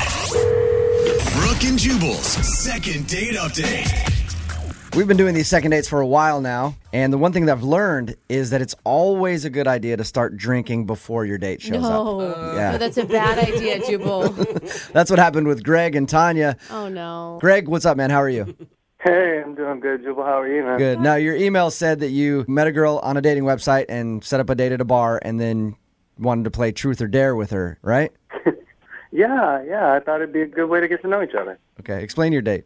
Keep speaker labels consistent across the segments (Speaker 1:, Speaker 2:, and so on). Speaker 1: 92.5. Brooke and Jubal's second date update.
Speaker 2: We've been doing these second dates for a while now, and the one thing that I've learned is that it's always a good idea to start drinking before your date shows
Speaker 3: No.
Speaker 2: up.
Speaker 3: No,
Speaker 2: Yeah.
Speaker 3: that's a bad idea, Jubal.
Speaker 2: That's what happened with Greg and Tanya.
Speaker 3: Oh no.
Speaker 2: Greg, what's up, man? How are you?
Speaker 4: Hey, I'm doing good, Jubal. How are you, man?
Speaker 2: Good. Now, your email said that you met a girl on a dating website and set up a date at a bar and then wanted to play truth or dare with her, right?
Speaker 4: Yeah, yeah. I thought it'd be a good way to get to know each other.
Speaker 2: Okay, explain your date.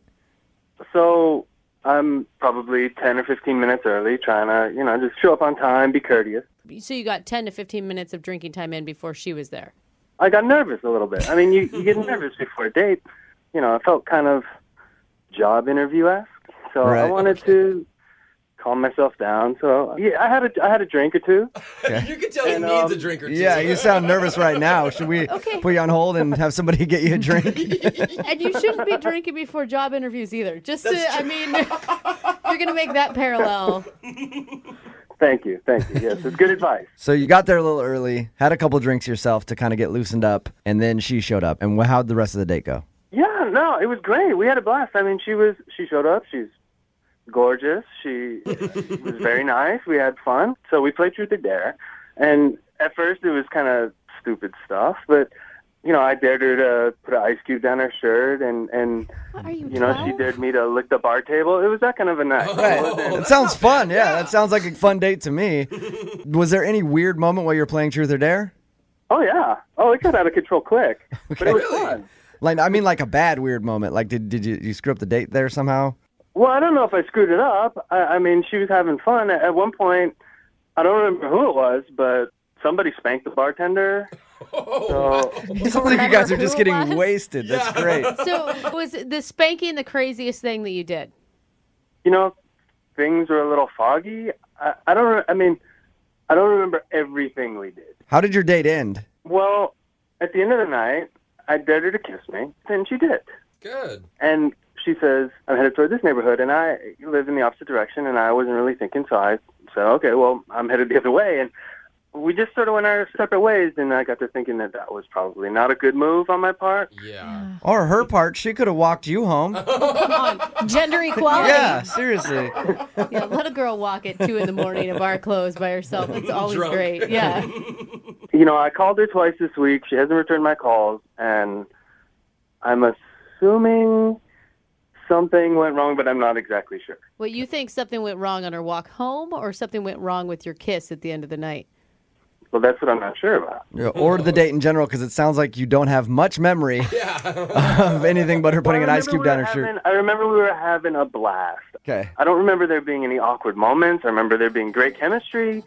Speaker 4: So I'm probably 10 or 15 minutes early, trying to, you know, just show up on time, be courteous.
Speaker 3: So you got 10 to 15 minutes of drinking time in before she was there.
Speaker 4: I got nervous a little bit. I mean, you, you get nervous before a date. You know, I felt kind of job interview-esque. So I
Speaker 2: Right.
Speaker 4: wanted to calm myself down. So yeah, I had a, I had a drink or two.
Speaker 5: You can tell he
Speaker 4: And,
Speaker 5: needs
Speaker 4: um,
Speaker 5: a drink or two.
Speaker 2: Yeah, you sound nervous right now. Should we
Speaker 3: Okay.
Speaker 2: put you on hold and have somebody get you a drink?
Speaker 3: And you shouldn't be drinking before job interviews either. Just to, I mean, you're going to make that parallel.
Speaker 4: Thank you, thank you. Yes, it's good advice.
Speaker 2: so you got there a little early, had a couple drinks yourself to kind of get loosened up, and then she showed up. And wh- how'd the rest of the date go?
Speaker 4: Yeah, no, it was great. We had a blast. I mean, she was she showed up. She's gorgeous. She was very nice. We had fun. So we played truth or dare, and at first it was kind of stupid stuff, but you know, I dared her to put an ice cube down her shirt, and and
Speaker 3: What are you,
Speaker 4: you know,
Speaker 3: 12?
Speaker 4: she dared me to lick the bar table. It was that kind of a night. It wasn't-
Speaker 2: That sounds fun. Yeah, that sounds like a fun date to me. Was there any weird moment while you were playing Truth or Dare?
Speaker 4: Oh yeah. Oh, it got out of control quick, but
Speaker 2: Okay.
Speaker 4: it was fun.
Speaker 2: Like, I mean, like a bad weird moment. Like, did did you, you screw up the date there somehow?
Speaker 4: Well, I don't know if I screwed it up. I, I mean, she was having fun. At, at one point, I don't remember who it was, but somebody spanked the bartender. So,
Speaker 2: It sounds like you guys are
Speaker 3: who
Speaker 2: just
Speaker 3: it
Speaker 2: getting
Speaker 3: was.
Speaker 2: wasted. That's great.
Speaker 3: So was the spanking the craziest thing that you did?
Speaker 4: you know, things were a little foggy. I, I don't. re- I mean, I don't remember everything we did.
Speaker 2: How did your date end?
Speaker 4: Well, at the end of the night, I dared her to kiss me, and she did.
Speaker 5: Good.
Speaker 4: And she says, I'm headed toward this neighborhood, and I live in the opposite direction, and I wasn't really thinking, so I said, okay, well, I'm headed the other way. And we just sort of went our separate ways, and I got to thinking that that was probably not a good move on my part.
Speaker 5: Yeah.
Speaker 2: Or her part, she could have walked you home.
Speaker 3: Gender equality.
Speaker 2: Yeah, seriously.
Speaker 3: Yeah, let a girl walk at two in the morning in bar clothes by herself. It's always
Speaker 5: Drunk.
Speaker 3: great. Yeah.
Speaker 4: You know, I called her twice this week. She hasn't returned my calls, and I'm assuming something went wrong, but I'm not exactly sure.
Speaker 3: Well, you think something went wrong on her walk home, or something went wrong with your kiss at the end of the night?
Speaker 4: Well, that's what I'm not sure about.
Speaker 2: Or the date in general, because it sounds like you don't have much memory of anything but her putting
Speaker 4: I
Speaker 2: an ice cube
Speaker 4: remember we
Speaker 2: down
Speaker 4: were
Speaker 2: her shirt.
Speaker 4: having- I remember we were having a blast.
Speaker 2: Okay.
Speaker 4: I don't remember there being any awkward moments. I remember there being great chemistry.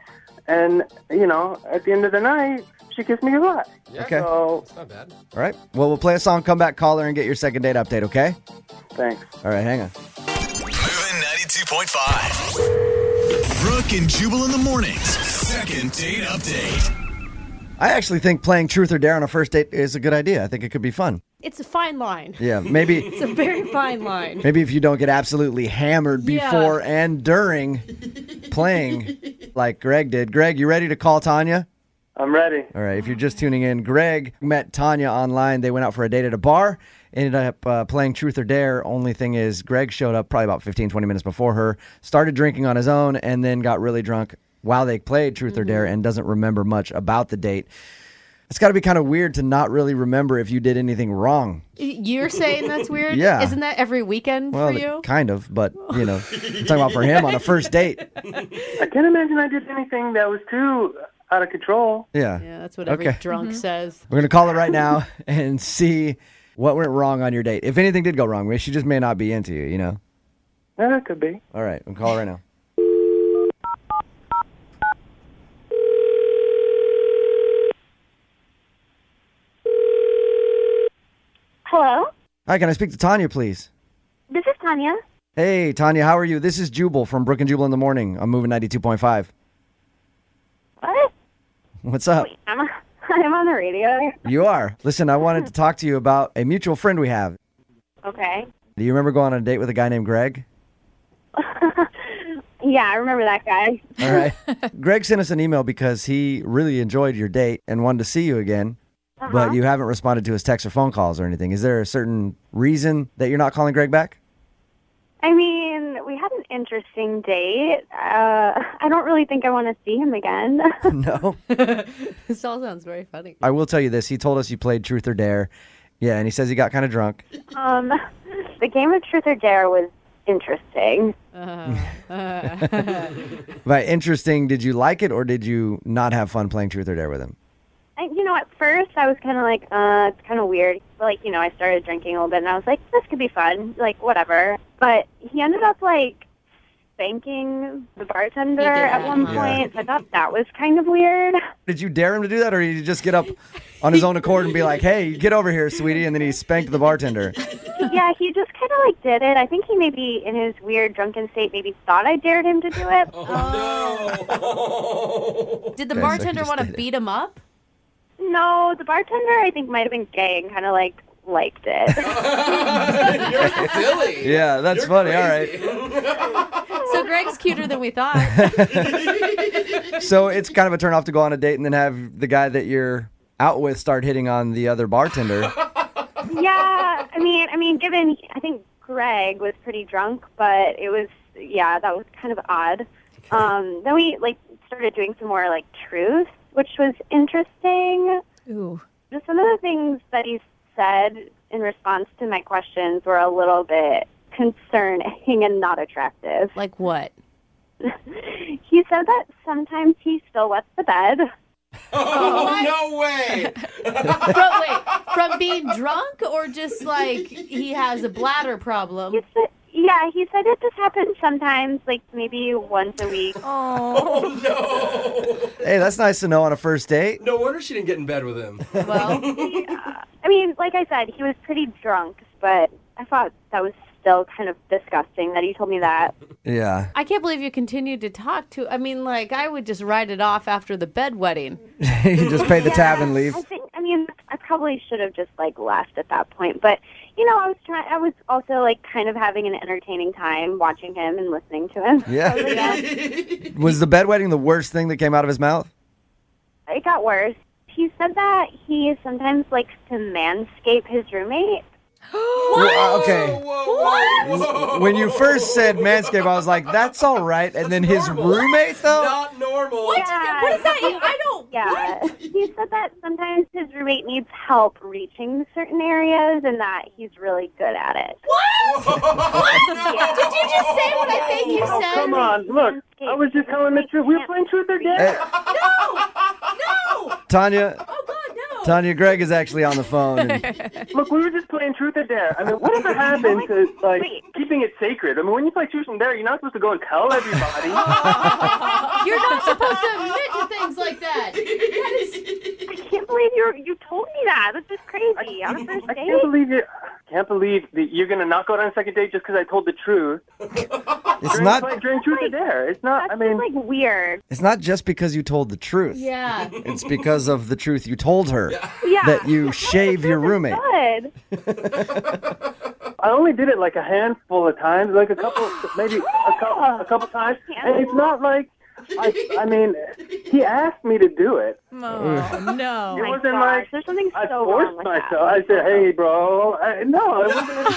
Speaker 4: And, you know, at the end of the night, she kissed me goodbye.
Speaker 5: Yeah.
Speaker 2: Okay. All
Speaker 4: So,
Speaker 5: It's not bad.
Speaker 2: right. Well, we'll play a song, come back, call her, and get your second date update, okay?
Speaker 4: thanks.
Speaker 2: All right, hang on.
Speaker 1: Moving 92.5. Brooke and Jubal in the mornings. Second date update.
Speaker 2: I actually think playing Truth or Dare on a first date is a good idea. I think it could be fun.
Speaker 3: It's a fine line.
Speaker 2: Yeah, maybe.
Speaker 3: It's a very fine line.
Speaker 2: Maybe if you don't get absolutely hammered
Speaker 3: Yeah.
Speaker 2: before and during playing like Greg did. Greg, you ready to call Tanya?
Speaker 4: I'm ready.
Speaker 2: All right, if you're just tuning in, Greg met Tanya online. They went out for a date at a bar, ended up uh, playing Truth or Dare. Only thing is, Greg showed up probably about 15, 20 minutes before her, started drinking on his own, and then got really drunk while they played Truth or
Speaker 3: Mm-hmm.
Speaker 2: Dare and doesn't remember much about the date. It's got to be kind of weird to not really remember if you did anything wrong.
Speaker 3: You're saying that's weird?
Speaker 2: Yeah.
Speaker 3: Isn't that every weekend
Speaker 2: Well,
Speaker 3: for you?
Speaker 2: kind of, but you know, I'm talking about for him on a first date.
Speaker 4: I can't imagine I did anything that was too out of control.
Speaker 2: Yeah.
Speaker 3: Yeah, that's what every
Speaker 2: Okay.
Speaker 3: drunk says.
Speaker 2: We're going to call it right now and see what went wrong on your date. If anything did go wrong, she just may not be into you, you know?
Speaker 4: Yeah, that could be.
Speaker 2: All right, we'll call her right now.
Speaker 6: Hello,
Speaker 2: Hi, can I speak to Tanya, please?
Speaker 6: this is Tanya.
Speaker 2: Hey, Tanya, how are you? This is Jubal from Brook and Jubal in the Morning. I'm moving 92.5.
Speaker 6: What?
Speaker 2: What's up?
Speaker 6: I'm, I'm on the radio.
Speaker 2: You are. Listen, I wanted to talk to you about a mutual friend we have.
Speaker 6: Okay.
Speaker 2: Do you remember going on a date with a guy named Greg?
Speaker 6: Yeah, I remember that guy.
Speaker 2: All right. Greg sent us an email because he really enjoyed your date and wanted to see you again. but you haven't responded to his texts or phone calls or anything. Is there a certain reason that you're not calling Greg back?
Speaker 6: I mean, we had an interesting date. Uh, I don't really think I want to see him again.
Speaker 2: No.
Speaker 3: This all sounds very funny.
Speaker 2: I will tell you this. He told us you played Truth or Dare. Yeah, and he says he got kind of drunk.
Speaker 6: um, the game of truth or dare was interesting.
Speaker 2: By interesting, did you like it or did you not have fun playing Truth or Dare with him?
Speaker 6: And you know, at first I was kind of like, uh, it's kind of weird. But, Like, you know, I started drinking a little bit, and I was like, this could be fun. Like, whatever. But he ended up like spanking the bartender
Speaker 3: He did
Speaker 6: at
Speaker 3: that,
Speaker 6: one
Speaker 3: huh?
Speaker 2: Yeah.
Speaker 6: point. So I thought that was kind of weird.
Speaker 2: Did you dare him to do that or did he just get up on his own accord and be like, hey, get over here, sweetie? And then he spanked the bartender.
Speaker 6: yeah, he just kind of like did it. I think he maybe in his weird drunken state maybe thought I dared him to do it.
Speaker 3: Did the
Speaker 2: Okay, so he
Speaker 3: bartender
Speaker 2: just
Speaker 3: want to
Speaker 2: did it.
Speaker 3: beat him up?
Speaker 6: No, the bartender I think might have been gay and kind of like liked it.
Speaker 5: You're silly.
Speaker 2: Yeah, that's funny. All
Speaker 3: So Greg's cuter than we thought.
Speaker 2: right. So it's kind of a turn off to go on a date and then have the guy that you're out with start hitting on the other bartender.
Speaker 6: yeah, I mean, I mean, given I think Greg was pretty drunk, but it was yeah, that was kind of odd. Um, then we like started doing some more like truth, which was interesting.
Speaker 3: Ooh.
Speaker 6: Just some of the things that he said in response to my questions were a little bit concerning and not attractive.
Speaker 3: Like what?
Speaker 6: He said that sometimes he still wets the bed.
Speaker 5: Oh, no way.
Speaker 3: From, wait, from being drunk or just like he has a bladder problem?
Speaker 6: He said, yeah, he said it just happens sometimes, like maybe once a week.
Speaker 3: Oh,
Speaker 2: Hey, that's nice to know on a first date.
Speaker 5: No wonder she didn't get in bed with him.
Speaker 3: well,
Speaker 6: I mean, like I said, he was pretty drunk, but I thought that was still kind of disgusting that he told me that.
Speaker 2: Yeah.
Speaker 3: I can't believe you continued to talk to. I mean, like, I would just write it off after the bedwetting.
Speaker 2: you just pay the tab and leave.
Speaker 6: I think, I mean, I probably should have just like left at that point, but you know, I was trying. I was also like kind of having an entertaining time watching him and listening to him.
Speaker 2: Yeah.
Speaker 3: Yeah.
Speaker 2: Was the bedwetting the worst thing that came out of his mouth?
Speaker 6: It got worse. He said that he sometimes likes to manscape his roommate.
Speaker 2: Well, uh, okay.
Speaker 5: Whoa, whoa, whoa.
Speaker 2: When you first said Manscaped, I was like, that's all right. And then his
Speaker 5: normal.
Speaker 2: roommate, though?
Speaker 5: Not normal.
Speaker 6: Yeah.
Speaker 3: What is that? I don't.
Speaker 6: Yeah. He said that sometimes his roommate needs help reaching certain areas and that he's really good at it.
Speaker 3: Did you just say what I think you
Speaker 4: Oh,
Speaker 3: said?
Speaker 4: come on. Look, I was just telling the truth. We were playing truth or dare.
Speaker 2: Tanya,
Speaker 3: Oh God, no.
Speaker 2: Tanya Greg is actually on the phone. And
Speaker 4: Look, we were just playing truth or dare. I mean, whatever happened to like
Speaker 6: Wait.
Speaker 4: keeping it sacred? I mean, when you play truth and dare, you're not supposed to go and tell everybody.
Speaker 3: You're not supposed to admit to things like that.
Speaker 6: I can't believe you you told me that. This is crazy. On a first
Speaker 4: I can't
Speaker 6: date.
Speaker 4: believe you. I can't believe that you're gonna not go on a second date just because I told the truth.
Speaker 2: it's
Speaker 4: During,
Speaker 2: not
Speaker 4: play- during truth or dare, it's not.
Speaker 6: That's
Speaker 4: I mean,
Speaker 6: just, like weird.
Speaker 2: it's not just because you told the truth.
Speaker 3: Yeah.
Speaker 2: It's because of the truth you told her
Speaker 6: Yeah.
Speaker 2: that you shave your roommate.
Speaker 6: Good.
Speaker 4: I only did it like a handful of times, like a couple, maybe a couple, a couple times, and it's not like. I, I mean, he asked me to do it.
Speaker 3: Oh
Speaker 4: It
Speaker 3: no.
Speaker 6: My
Speaker 4: wasn't
Speaker 6: gosh,
Speaker 4: like
Speaker 6: there's something
Speaker 4: I
Speaker 6: so wrong
Speaker 4: forced
Speaker 6: with
Speaker 4: myself.
Speaker 6: that.
Speaker 4: I said, "Hey, bro." I, no, it wasn't.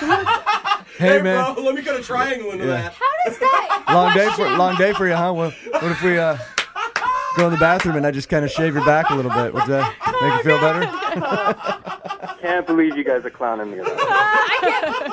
Speaker 2: Hey,
Speaker 5: Hey,
Speaker 2: man.
Speaker 5: bro, let me cut a triangle into
Speaker 2: Yeah.
Speaker 5: that.
Speaker 3: How does that?
Speaker 2: Long day for long day for you, huh? What, what if we uh, go in the bathroom and I just kind of shave your back a little bit? Would that make you feel better?
Speaker 4: I can't believe you guys are clowning me. About it.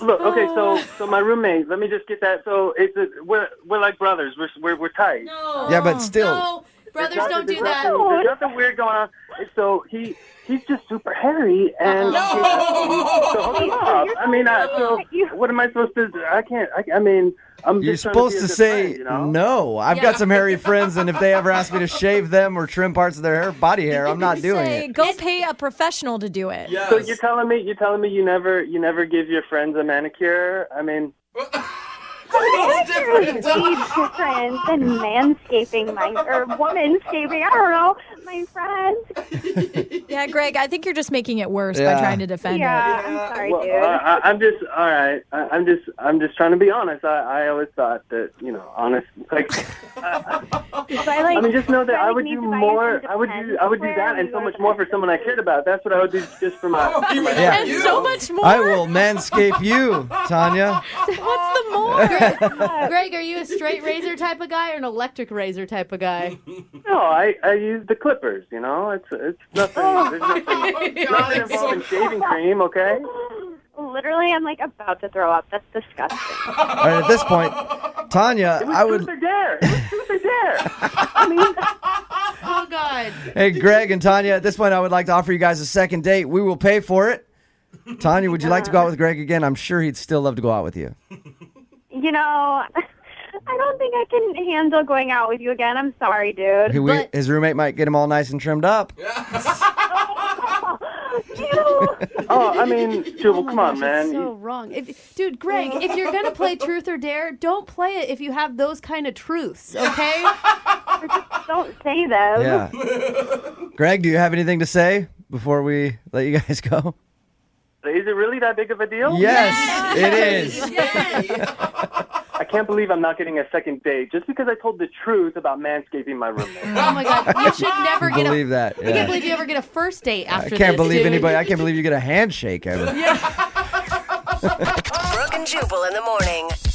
Speaker 4: Look, okay, so so my roommate. Let me just get that. So it's a, we're we're like brothers. We're we're, we're tight.
Speaker 3: No.
Speaker 2: Yeah, but still.
Speaker 3: Oh, No, brothers
Speaker 4: There's
Speaker 3: don't
Speaker 4: nothing-
Speaker 3: do that.
Speaker 4: There's nothing, there's nothing weird going on. And So he he's just super hairy and
Speaker 6: Uh-uh.
Speaker 4: so
Speaker 5: Oh.
Speaker 4: hold him up. I mean, I, so what am I supposed to? do? I can't. I, I mean, I'm.
Speaker 2: You're
Speaker 4: just trying be
Speaker 2: supposed
Speaker 4: a
Speaker 2: to
Speaker 4: good
Speaker 2: say
Speaker 4: friend, you know?
Speaker 2: no. I've
Speaker 3: Yeah.
Speaker 2: got some hairy friends, and if they ever ask me to shave them or trim parts of their hair, body hair, I'm not doing
Speaker 7: say,
Speaker 2: it.
Speaker 7: Go pay a professional to do it.
Speaker 5: Yes.
Speaker 4: So you're telling me you're telling me you never you never give your friends a manicure? I mean,
Speaker 5: That's different.
Speaker 6: Huge difference in manscaping my or womanscaping. I don't know. not my friend.
Speaker 7: Yeah, Greg, I think you're just making it worse
Speaker 2: Yeah.
Speaker 7: by trying to defend it.
Speaker 6: Yeah, I'm sorry,
Speaker 4: Well,
Speaker 6: dude.
Speaker 4: I, I- I'm just all right. I, I'm just I'm just trying to be honest. I, I always thought that you know, honest. Like
Speaker 6: But I, like,
Speaker 4: I mean, just know that
Speaker 6: Greg
Speaker 4: I would
Speaker 6: needs
Speaker 4: do
Speaker 6: to buy you
Speaker 4: more.
Speaker 6: some
Speaker 4: I would do I would do
Speaker 6: defense
Speaker 4: that and so
Speaker 6: wear
Speaker 4: much more for someone I cared about. That's what I would do just for my.
Speaker 5: Oh, he was
Speaker 2: Yeah.
Speaker 5: like
Speaker 7: And
Speaker 5: you.
Speaker 7: so much more.
Speaker 2: I will manscape you, Tanya.
Speaker 7: What's the more?
Speaker 3: Greg, are you a straight razor type of guy or an electric razor type of guy?
Speaker 4: No, I I use the clippers. You know, it's it's nothing. There's nothing, nothing
Speaker 5: it's
Speaker 4: involving shaving cream. Okay.
Speaker 6: Literally, I'm like about to throw up. That's disgusting.
Speaker 2: All right, at this point, Tanya,
Speaker 4: It was
Speaker 2: I would.
Speaker 4: truth or dare. It was truth or dare.
Speaker 3: Oh God.
Speaker 2: Hey, Greg and Tanya, at this point, I would like to offer you guys a second date. We will pay for it. Tanya, would you like to go out with Greg again? I'm sure he'd still love to go out with you.
Speaker 6: you know, I don't think I can handle going out with you again. I'm sorry,
Speaker 2: He-
Speaker 6: dude.
Speaker 2: we-
Speaker 3: But-
Speaker 2: his roommate might get him all nice and trimmed up.
Speaker 6: Ew.
Speaker 4: Oh, I mean, Jubal, come on, man.
Speaker 3: That's so wrong. If, dude, Greg, if you're gonna play truth or dare, don't play it if you have those kind of truths, okay?
Speaker 6: don't say those.
Speaker 2: Yeah. Greg, do you have anything to say before we let you guys go?
Speaker 4: Is it really that big of a deal?
Speaker 2: Yes, it is.
Speaker 4: I can't believe I'm not getting a second date just because I told the truth about manscaping my roommate.
Speaker 3: Oh my God, you should never get
Speaker 2: Believe
Speaker 3: a.
Speaker 2: that.
Speaker 3: I
Speaker 2: yeah.
Speaker 3: can't believe you ever get a first date after
Speaker 2: I can't
Speaker 3: this,
Speaker 2: believe
Speaker 3: dude.
Speaker 2: anybody. I can't believe you get a handshake ever.
Speaker 8: Brooke and Jubal in the morning.